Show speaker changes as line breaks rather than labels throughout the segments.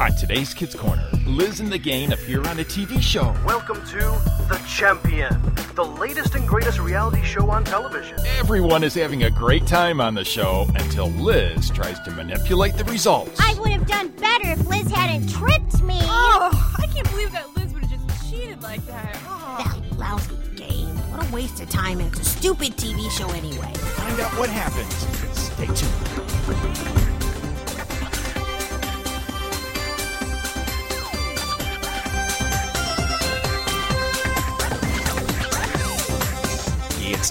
On today's Kids Corner, Liz and the gang appear on a TV show.
Welcome to The Champion, the latest and greatest reality show on television.
Everyone is having a great time on the show until Liz tries to manipulate the results.
I would have done better if Liz hadn't tripped me.
Oh, I can't believe that Liz would have just cheated like that. Oh.
That lousy game. What a waste of time, and it's a stupid TV show anyway.
Find out what happens. Stay tuned. It's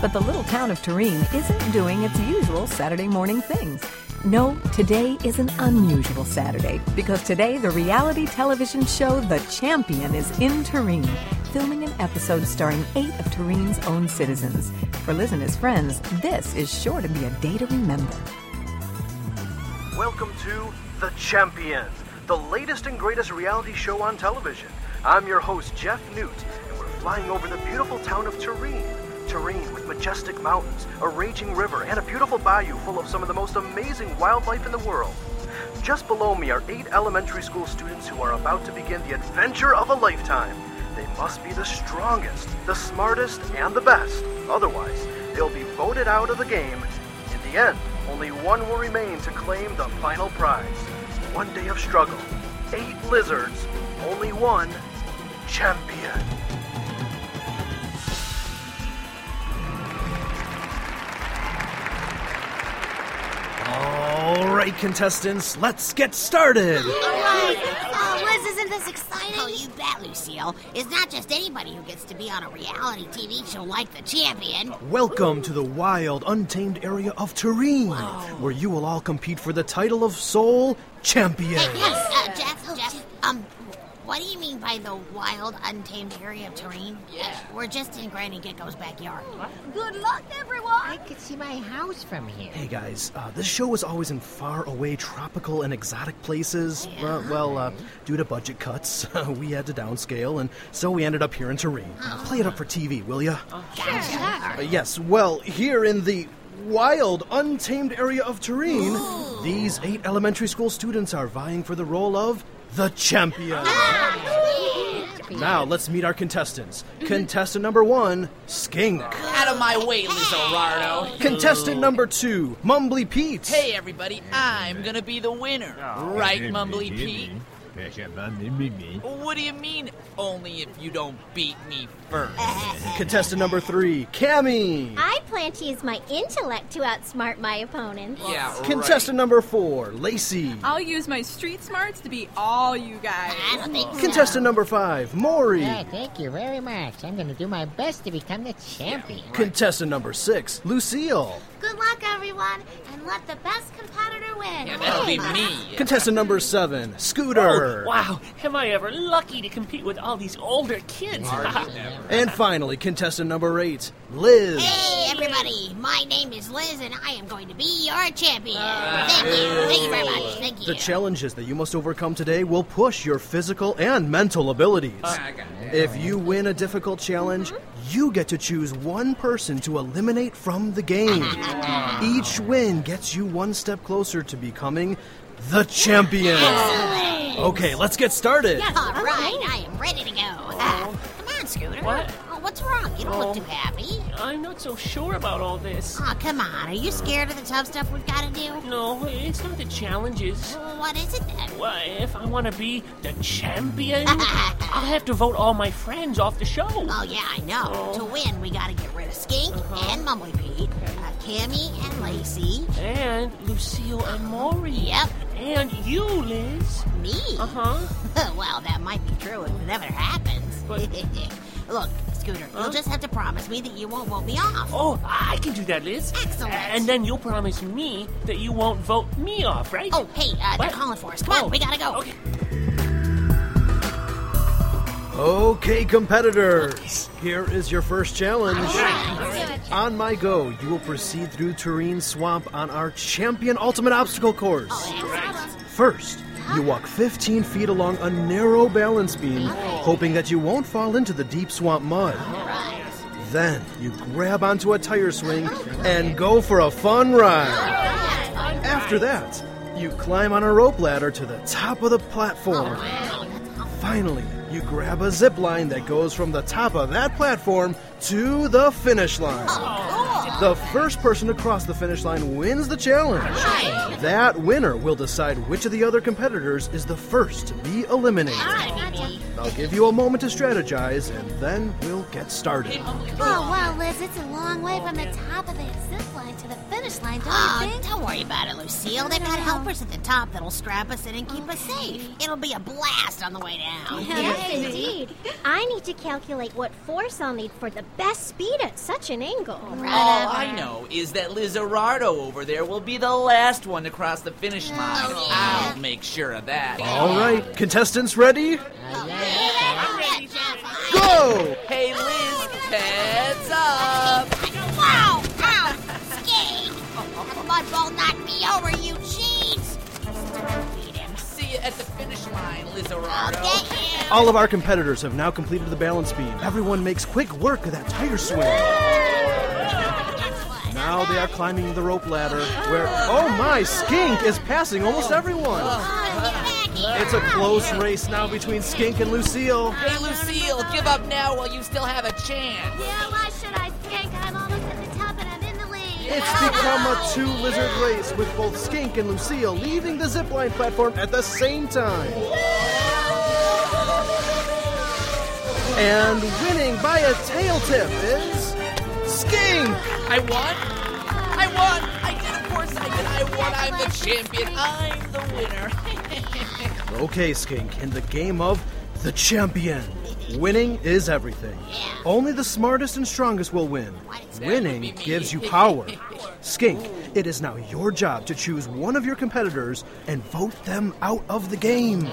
but the little town of Turin isn't doing its usual Saturday morning things. No, today is an unusual Saturday because today the reality television show The Champion is in Turin, filming an episode starring eight of Turin's own citizens. For Liz and his friends, this is sure to be a day to remember.
Welcome to The Champion, the latest and greatest reality show on television. I'm your host, Jeff Newt, and we're flying over the beautiful town of Turin. Turin with majestic mountains, a raging river, and a beautiful bayou full of some of the most amazing wildlife in the world. Just below me are eight elementary school students who are about to begin the adventure of a lifetime. They must be the strongest, the smartest, and the best. Otherwise, they'll be voted out of the game. In the end, only one will remain to claim the final prize. One day of struggle, eight lizards, only one champion.
All right, contestants, let's get started.
Oh, Liz, isn't this exciting?
Oh, you bet, Lucille. It's not just anybody who gets to be on a reality TV show like The Champion. Uh,
Welcome to the wild, untamed area of Turin, where you will all compete for the title of Soul Champion.
Hey, yes, uh,
Oh,
Jeff, Jeff, um, what do you mean by the wild, untamed area of Turin? Yeah. we're just in Granny Gecko's backyard.
Good luck, everyone.
I could see my house from here.
Hey guys, uh, this show is always in far away tropical and exotic places. Uh, well, uh, due to budget cuts, we had to downscale, and so we ended up here in Turin. Uh, play it up for TV, will ya? Uh, yes, well, here in the wild, untamed area of Turin, these eight elementary school students are vying for the role of the champion. Now, let's meet our contestants. Contestant number one, Skink.
Out of my way, Lizardo.
Contestant number two, Mumbly Pete.
Hey, everybody, I'm gonna be the winner. right, Mumbly Pete? What do you mean, only if you don't beat me first?
Contestant number three, Cammy.
I plan to use my intellect to outsmart my opponents.
yeah, right.
Contestant number four, Lacey.
I'll use my street smarts to beat all you guys.
I don't think so.
Contestant number five, Maury.
Yeah, thank you very much. I'm going to do my best to become the champion.
Contestant number six, Lucille.
Good luck, everyone, and let the best competitor win.
Yeah, that'll be me.
Contestant number seven, Scooter.
Oh, Wow, am I ever lucky to compete with all these older kids?
And finally, contestant number eight, Liz.
Hey, everybody, my name is Liz, and I am going to be your champion.
Uh,
Thank you. Thank you very much. Thank
The
you.
challenges that you must overcome today will push your physical and mental abilities. If you win a difficult challenge, you get to choose one person to eliminate from the game. Each win gets you one step closer to becoming the champion. Okay, let's get started.
All right, I am ready to go. Ah, come on, Scooter.
What?
Oh, what's wrong? You don't look too happy.
I'm not so sure about all this.
Oh, come on. Are you scared of the tough stuff we've got to do?
No, it's not the challenges.
Well, What is it then?
Well, if I want to be the champion, I'll have to vote all my friends off the show.
Oh, yeah, I know. To win, we gotta get rid of Skink and Mumbly Pete, uh, Cammy and Lacey.
And Lucille and Maury.
Yep.
And you, Liz.
Me?
Uh huh.
well, that might be true if it ever happens.
But-
Look, Scooter, you'll just have to promise me that you won't vote me off.
Oh, I can do that, Liz.
Excellent.
And then you'll promise me that you won't vote me off, right?
Oh, hey, uh, they're
What?
calling for us. Come on,
Oh,
we gotta go.
Okay.
Okay, competitors, here is your first challenge. On my go, you will proceed through Tureen Swamp on our champion ultimate obstacle course. First, you walk 15 feet along a narrow balance beam, hoping that you won't fall into the deep swamp mud. Then, you grab onto a tire swing and go for a fun ride. After that, you climb on a rope ladder to the top of the platform. Finally, you grab a zip line that goes from the top of that platform to the finish line. The first person to cross the finish line wins the challenge. That winner will decide which of the other competitors is the first to be eliminated. I'll give you a moment to strategize and then we'll get started.
Oh, wow, Liz, it's a long way from the top of the zip line to the finish line, don't
Ah,
you
Oh,
think?
don't worry about it, Lucille. They've got helpers at the top that'll strap us in and keep us safe. It'll be a blast on the way down.
Yes, indeed. I need to calculate what force I'll need for the best speed at such an angle.
All I know is that Lizarardo over there will be the last one to cross the finish line. I'll make sure of that.
All right, contestants ready? Go!
Hey, Liz, heads up!
Wow! Ow! Skate! The mud ball knocked me over, you cheats!
See you at the finish line, Lizarardo.
I'll get you!
All of our competitors have now completed the balance beam. Everyone makes quick work of that tire swing.
Oh.
Now they are climbing the rope ladder where, oh my, Skink is passing almost everyone. It's a close race now between Skink and Lucille.
Hey, Lucille, give up now while you still have a chance.
Yeah, why should I skink? I'm almost at the top and I'm in the lead.
It's become a two lizard race with both Skink and Lucille leaving the zipline platform at the same time. And winning by a tail tip is Skink!
I won. I won. I did, of course I did. I won. I'm the champion. I'm the winner.
Okay, Skink, in the game of the champion, winning is everything. Only the smartest and strongest will win. Winning gives you power. Skink, it is now your job to choose one of your competitors and vote them out of the game.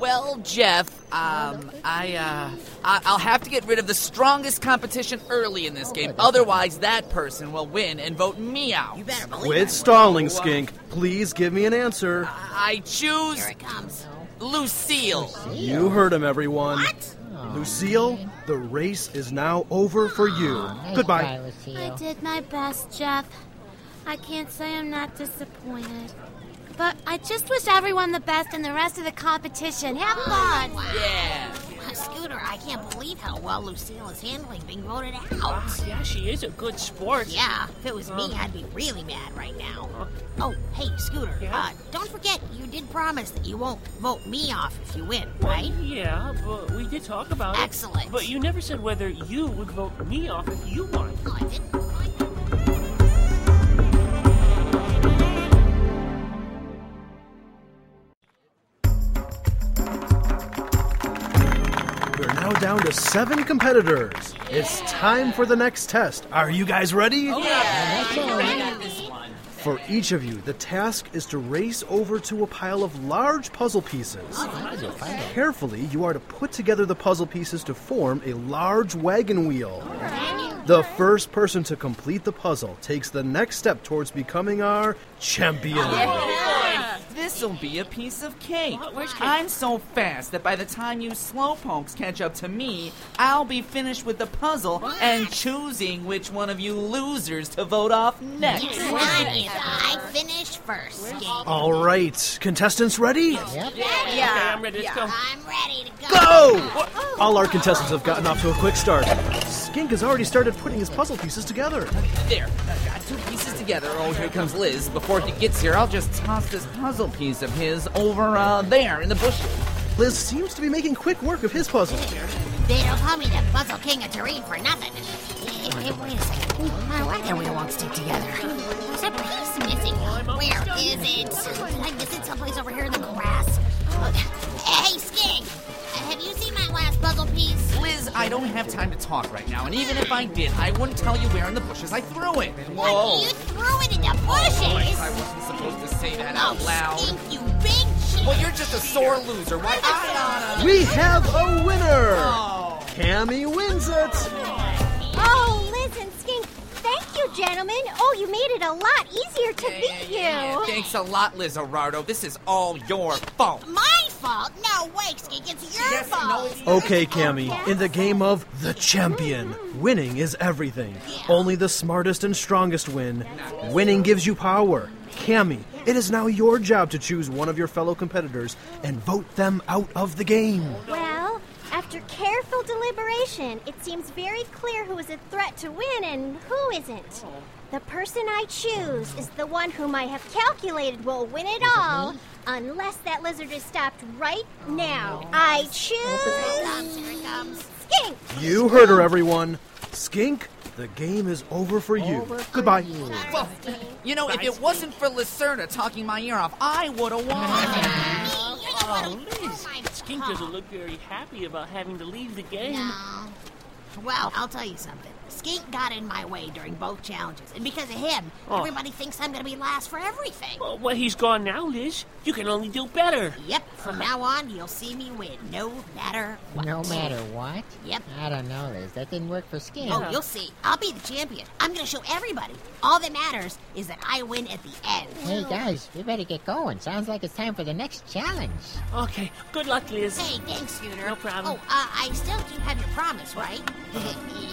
Well, Jeff, um, I, uh, I- I'll have to get rid of the strongest competition early in this game. Otherwise, that person will win and vote me out. You better
Quit stalling, Skink. Please give me an answer.
I choose. Here it comes. Lucille.
You heard him, everyone. Lucille, the race is now over for you. Goodbye.
I did my best, Jeff. I can't say I'm not disappointed. But I just wish everyone the best in the rest of the competition. Have
Oh,
fun!
Yeah.
Scooter, I can't believe how well Lucille is handling being voted out.
Yeah, she is a good sport.
Yeah, if it was me, I'd be really mad right now. Oh, hey, Scooter, uh, don't forget you did promise that you won't vote me off if you win, right?
Yeah, but we did talk about it.
Excellent.
But you never said whether you would vote me off if you won.
We're now down to seven competitors. It's time for the next test. Are you guys ready? For each of you, the task is to race over to a pile of large puzzle pieces. Carefully, you are to put together the puzzle pieces to form a large wagon wheel. The first person to complete the puzzle takes the next step towards becoming our champion.
This'll be a piece of cake. I'm so fast that by the time you slowpokes catch up to me, I'll be finished with the puzzle and choosing which one of you losers to vote off next.
Nice. I finished first. Skate.
All right, contestants ready?
Okay, I'm ready. Let's go.
I'm ready to go.
Go! All our contestants have gotten off to a quick start. Skink has already started putting his puzzle pieces together.
There, I got two pieces together. Oh, here comes Liz. Before he gets here, I'll just toss this puzzle piece of his over uh, there in the bushes.
Liz seems to be making quick work of his puzzle.
They don't call me the Puzzle King of Tareen for nothing. Hey, hey, wait a second. My wagon wheel won't stick together. There's a piece missing. Where is it? Did I miss it someplace over here in the grass? Hey, Skink! Have you seen my last puzzle piece?
Liz, I don't have time to talk right now, and even if I did, I wouldn't tell you where in the bushes I threw it.
What? You threw it in the bushes?
I wasn't supposed to say that
Oh,
out loud.
Skink, you big
Well, you're just a sore loser. Why?
We have a winner! Cammy wins it!
Oh, Liz and Skink, thank you, gentlemen. Oh, you made it a lot easier to beat you.
uh, Thanks a lot, Lizardo. This is all your fault.
My fault? No way, Skink. It's your fault.
Okay, Cammy, in the game of the champion, winning is everything. Only the smartest and strongest win. Winning gives you power. Cammy, it is now your job to choose one of your fellow competitors and vote them out of the game.
Well, after careful deliberation, it seems very clear who is a threat to win and who isn't. The person I choose is the one whom I have calculated will win it all, unless that lizard is stopped right
Oh.
now. I choose. Skink!
You heard her, everyone. Skink, the game is over for you. Goodbye.
Well, you know, if it wasn't for Lacerda talking my ear off, I would have won.
Oh, Liz, Skink doesn't look very happy about having to leave the game.
Well, I'll tell you something. Skink got in my way during both challenges, and because of him,
Oh.
everybody thinks I'm going to be last for everything.
Well, well, he's gone now, Liz. You can only do better.
Yep, from now on, you'll see me win, no matter what.
No matter what?
Yep.
I don't know, Liz. That didn't work for Skin.
Oh, you'll see. I'll be the champion. I'm going to show everybody. All that matters is that I win at the end.
Hey, guys, we better get going. Sounds like it's time for the next challenge.
Okay, good luck, Liz.
Hey, thanks, Scooter. No
problem.
Oh, uh, I still do have your promise, right?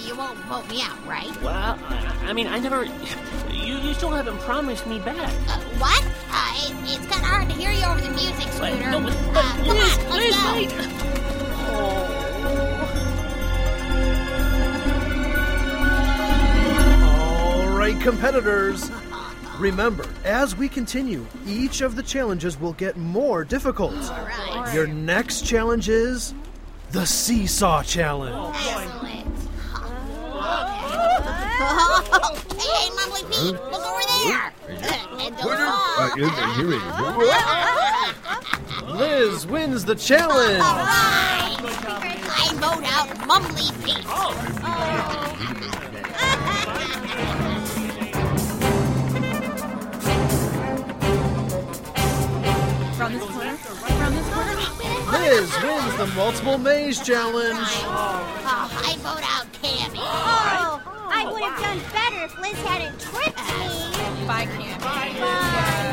you won't vote me out, right?
Well, I, I mean, I never. You, you still haven't promised me back.
Uh, what? Uh, it, it's kind of hard to hear you over the music,
Wait,
Scooter.
no, but-
uh,
but
come
Liz,
on, let's
Liz,
go.
wait.
All right, competitors. Remember, as we continue, each of the challenges will get more difficult. Your next challenge is the Seesaw Challenge.
Excellent. hey, Mumbly Pete, look over there. Uh, and don't fall.
Liz wins the challenge.
Alright. I vote out Mumbly Pete.
From this corner. From this corner.
Liz wins the Multiple Maze Challenge.
Oh, I vote out Cammy.
Oh, I would have done better if Liz hadn't tripped me.
Bye, Cam.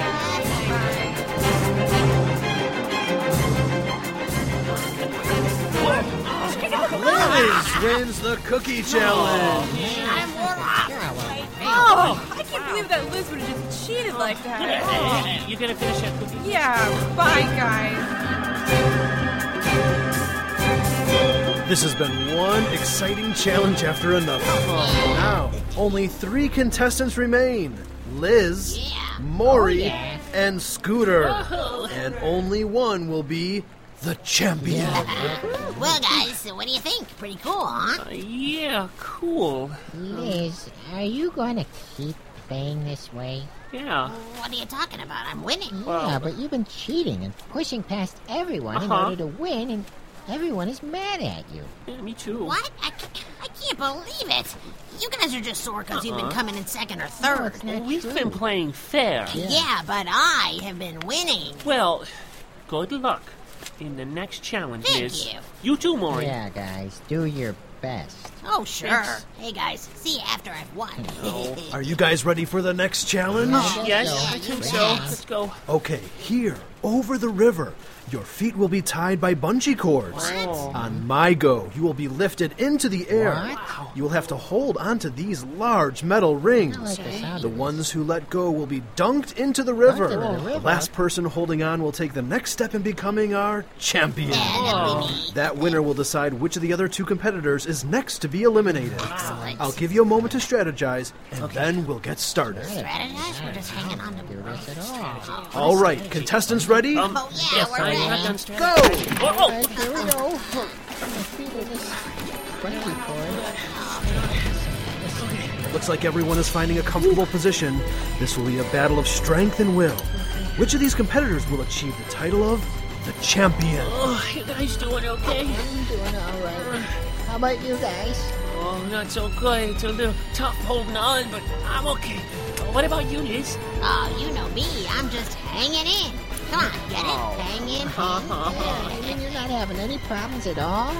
Liz wins the Cookie Challenge.
I'm Warlock.
Oh, I can't believe that Liz would have just cheated like that.
You're gonna finish that cookie.
Yeah, bye, guys.
This has been one exciting challenge after another. Now, only three contestants remain Liz, Maury, and Scooter. And only one will be the champion.
Well, guys, so what do you think? Pretty cool, huh?
Uh, Yeah, cool.
Liz, are you going to keep playing this way?
Yeah.
What are you talking about? I'm winning.
yeah, but you've been cheating and pushing past everyone in
Uh-huh.
order to win, and everyone is mad at you.
Yeah, me too.
What? I, ca- I can't believe it. You guys are just sore because you've
Uh-huh.
been coming in second or third.
Not
We've
true.
been playing fair.
Yeah, but I have been winning.
Well, good luck in the next challenge,
Thank
Liz.
you.
You too, Maury.
Yeah, guys, do your best.
Oh, sure. Hey, guys, see you after I've won.
Are you guys ready for the next challenge?
Yes, I think so. Let's go.
Okay, here, over the river, your feet will be tied by bungee cords. On my go, you will be lifted into the air. You will have to hold onto these large metal rings.
like the sound
The
of
ones who let go will be dunked into the river.
Dunked into the river?
The last person holding on will take the next step in becoming our champion. That winner will decide which of the other two competitors is next to be eliminated. I'll give you a moment to strategize, and then we'll get started.
Strategize? We're just hanging on to
Do this at all.
All right, contestants ready?
Oh, yeah,
yes,
we're
I'm
ready.
not done
Go!
Oh,
Alright, here we go. My feet are just crunchy for it.
Looks like everyone is finding a comfortable position. This will be a battle of strength and will. Which of these competitors will achieve the title of the champion?
oh, you guys doing okay?
I'm doing all right. How about you guys?
Oh, not so good. It's a little tough holding on, but I'm okay. What about you, Liz?
Oh, you know me. I'm just hanging in. Come on, get it? Hang in.
I mean, you're not having any problems at all?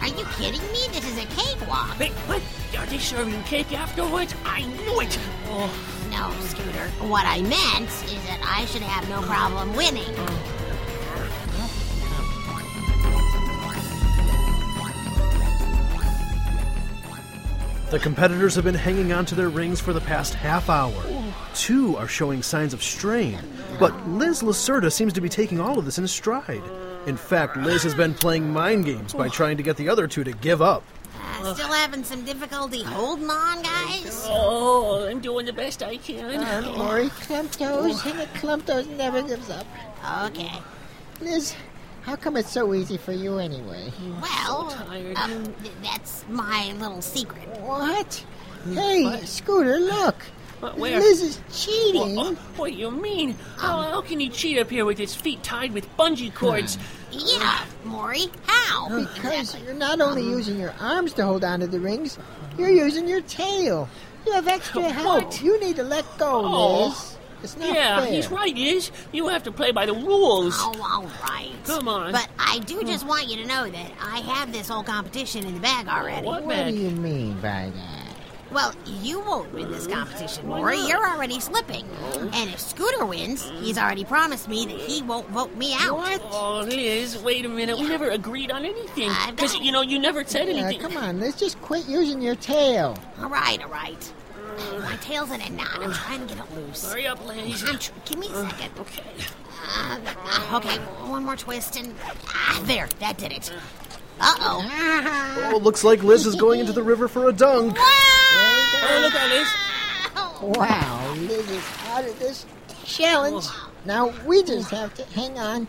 Are you kidding me? This is a cakewalk.
Wait, what? Are they serving cake afterwards? I knew it!
Oh, no, Scooter. What I meant is that I should have no problem winning.
The competitors have been hanging onto their rings for the past half hour. Two are showing signs of strain, but Liz Lacerda seems to be taking all of this in stride. In fact, Liz has been playing mind games by trying to get the other two to give up.
Uh, still having some difficulty holding on, guys?
Oh, I'm doing the best I can.
Don't worry, Clumptos. Hang it, Clumptos never gives up.
Okay.
Liz, how come it's so easy for you anyway?
Well,
Oh,
Uh,
um, th- that's my little secret.
What? Hey, Scooter, look.
But Uh, where?
Liz is cheating.
Wha- uh, What do you mean? how, how can he cheat up here with his feet tied with bungee
Hmm.
cords?
Yeah, Maury, how?
Oh, Because you're not only using your arms to hold onto the rings, you're using your tail. You have extra help. You need to let go,
Oh.
Liz. It's not
yeah,
fair.
he's right, Liz. You have to play by the rules.
Oh, all right.
Come on.
But I do
Hmm.
just want you to know that I have this whole competition in the bag already.
What
What do
bag?
you mean by that?
Well, you won't win this competition, Maury. You're already slipping. And if Scooter wins, he's already promised me that he won't vote me out.
Oh, Liz, wait a minute. We never agreed on anything.
I've
Because,
got-
you know, you never said
Yeah,
anything.
come on, Liz, just quit using your tail.
All right, all right. My tail's in a knot. I'm trying to get it loose.
Hurry up, Liz.
I'm tr- give me a second.
Okay.
Uh, uh, okay, one more twist and. Ah, there, that did it. Uh oh.
Oh, looks like Liz is going into the river for a dunk.
Oh, look at Liz.
Wow, Liz is out of this challenge. Now we just have to hang on.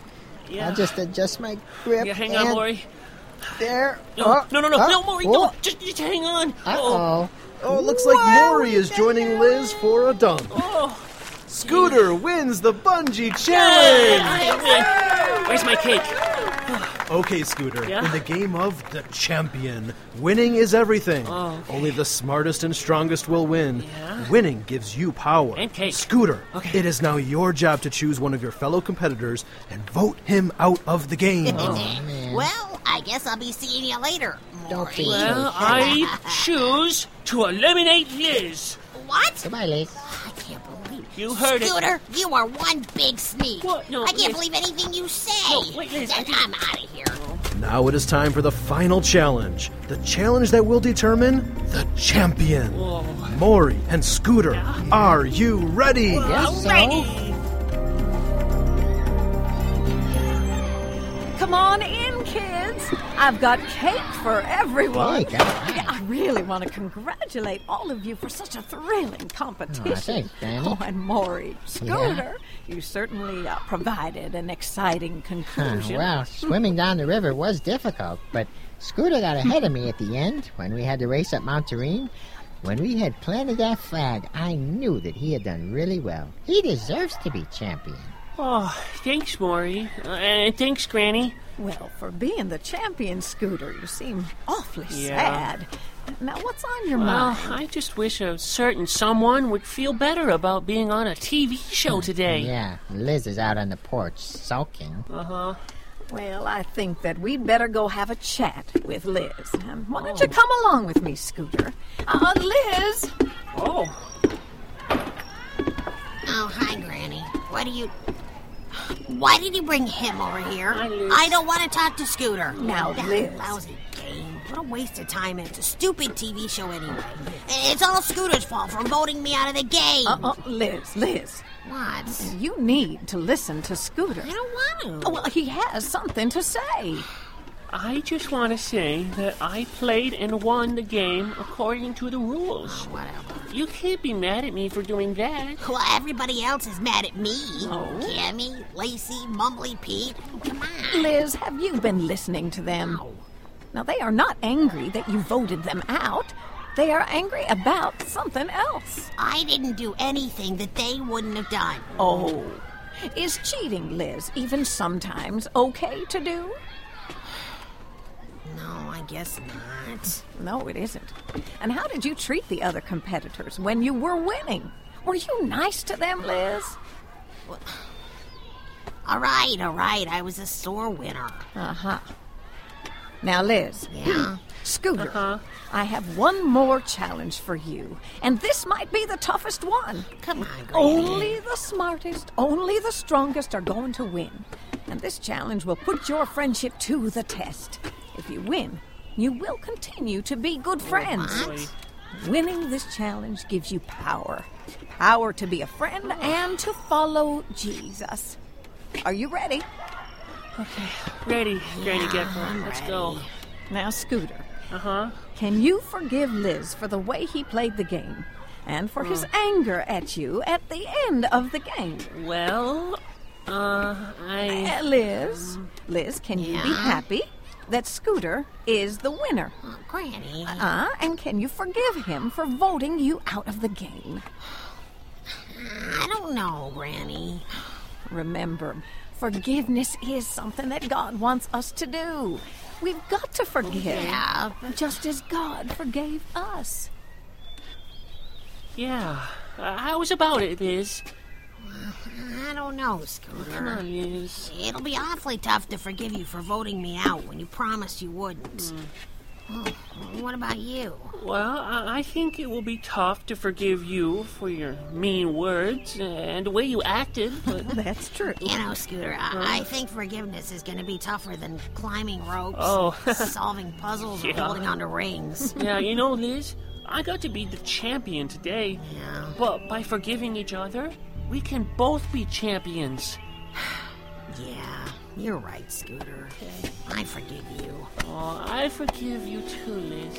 Yeah.
I'll just adjust my grip.
Yeah, hang
and
on, Maury.
There.
No,
Oh,
no, no, no,
oh,
no, Maury,
oh,
don't. Just, just hang on.
Uh-oh.
Oh, it looks like Maury is joining Liz for a dunk.
Oh,
Scooter wins the bungee challenge.
I win. Where's my cake?
Okay, Scooter.
Yeah?
In the game of the champion, winning is everything.
Oh, okay.
Only the smartest and strongest will win. Winning gives you power.
And cake.
Scooter,
Okay.
it is now your job to choose one of your fellow competitors and vote him out of the game.
well, I guess I'll be seeing you later.
Don't be.
Maury.
Well, I choose to eliminate Liz.
What?
Goodbye, Liz.
I can't believe
You heard it.
Scooter, you are one big sneak.
What? No,
I can't
Liz.
believe anything you say.
No, wait, Liz, I
Then
think-
I'm out of here.
Now it is time for the final challenge. The challenge that will determine the champion. Maury and Scooter, are you ready?
Guess so.
Come on in, kids. I've got cake for everyone.
Cake, huh?
Yeah, I really want to congratulate all of you for such a thrilling competition.
thanks, Danny.
oh, and Maury, Scooter, you certainly uh, provided an exciting
Huh,
conclusion.
well, swimming down the river was difficult, but Scooter got ahead of me at the end when we had to race up Mount Terrene. When we had planted that flag, I knew that he had done really well. He deserves to be champion.
Oh, thanks, Maury. Uh, and thanks, Granny.
Well, for being the champion, Scooter, you seem awfully
Yeah. Uh-huh.
sad. Now, what's on your
Well,
mind?
I just wish a certain someone would feel better about being on a TV show today.
Yeah, Liz is out on the porch sulking.
Well, I think that we'd better go have a chat with Liz. Um, why don't you come along with me, Scooter? Uh, Liz!
Oh,
Oh, hi, Granny. What do you. Why did you bring him over here?
Liz.
I don't want to talk to Scooter.
Now,
that
Liz.
lousy game. What a waste of time. and It's a stupid TV show anyway. And It's all Scooter's fault for voting me out of the game.
Uh, uh, Liz, Liz,
What?
you need to listen to Scooter.
I don't want to.
Oh, well, he has something to say.
I just want to say that I played and won the game according to the rules.
Whatever.
You can't be mad at me for doing that.
Well, everybody else is mad at me.
Oh.
Cammy, Lacey, Mumbly Pete. Oh, Come on.
Liz, have you been listening to them? Now, they are not angry that you voted them out. They are angry about something else.
I didn't do anything that they wouldn't have done.
Oh. Is cheating, Liz, even sometimes okay to do?
No, I guess not.
No, it isn't. And how did you treat the other competitors when you were winning? Were you nice to them, Liz?
All right, all right. I was a sore winner.
Uh huh. Now, Liz. Yeah. Scooter, I have one more challenge for you, and this might be the toughest one.
Come on,
Only the smartest, only the strongest are going to win. And this challenge will put your friendship to the test. If you win, you will continue to be good friends. Winning this challenge gives you power power to be a friend and to follow Jesus. Are you ready? Okay.
Ready, Granny Gecko. Let's go.
Now, Scooter. Uh huh. Can you forgive Liz for the way he played the game and for his anger at you at the end of the game?
Well, uh, I.
Liz, Mm. Liz, can you be happy that Scooter is the winner?
Granny.
Uh, and can you forgive him for voting you out of the game?
I don't know, Granny.
Remember, forgiveness is something that God wants us to do. We've got to forgive.
Yeah.
Just as God forgave us.
Yeah. Uh, how was about it, Liz?
I don't know, Scooter. Come on, Liz. It'll be awfully tough to forgive you for voting me out when you promised you wouldn't. Oh, what about you?
Well, I I think it will be tough to forgive you for your mean words and the way you acted, but.
That's true.
You know, Scooter, I, I think forgiveness is going to be tougher than climbing ropes,
Oh.
solving puzzles, or
Yeah.
holding onto rings.
yeah, you know, Liz, I got to be the champion today. Yeah. But by forgiving each other, we can both be champions.
yeah, you're right, Scooter. I forgive you.
Oh, I forgive you too, Liz.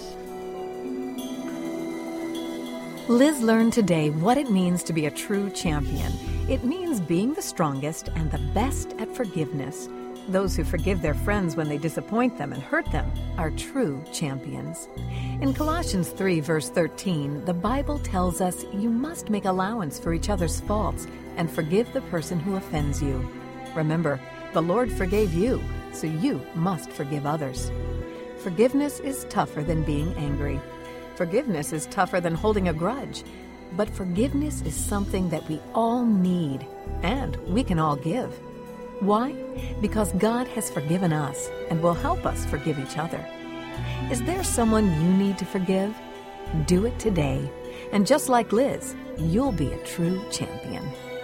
Liz learned today what it means to be a true champion.
It means being the strongest and the best at forgiveness. Those who forgive their friends when they disappoint them and hurt them are true champions. In Colossians 3, verse 13, the Bible tells us you must make allowance for each other's faults and forgive the person who offends you. Remember, the Lord forgave you, so you must forgive others. Forgiveness is tougher than being angry. Forgiveness is tougher than holding a grudge. But forgiveness is something that we all need and we can all give. Why? Because God has forgiven us and will help us forgive each other. Is there someone you need to forgive? Do it today. And just like Liz, you'll be a true champion.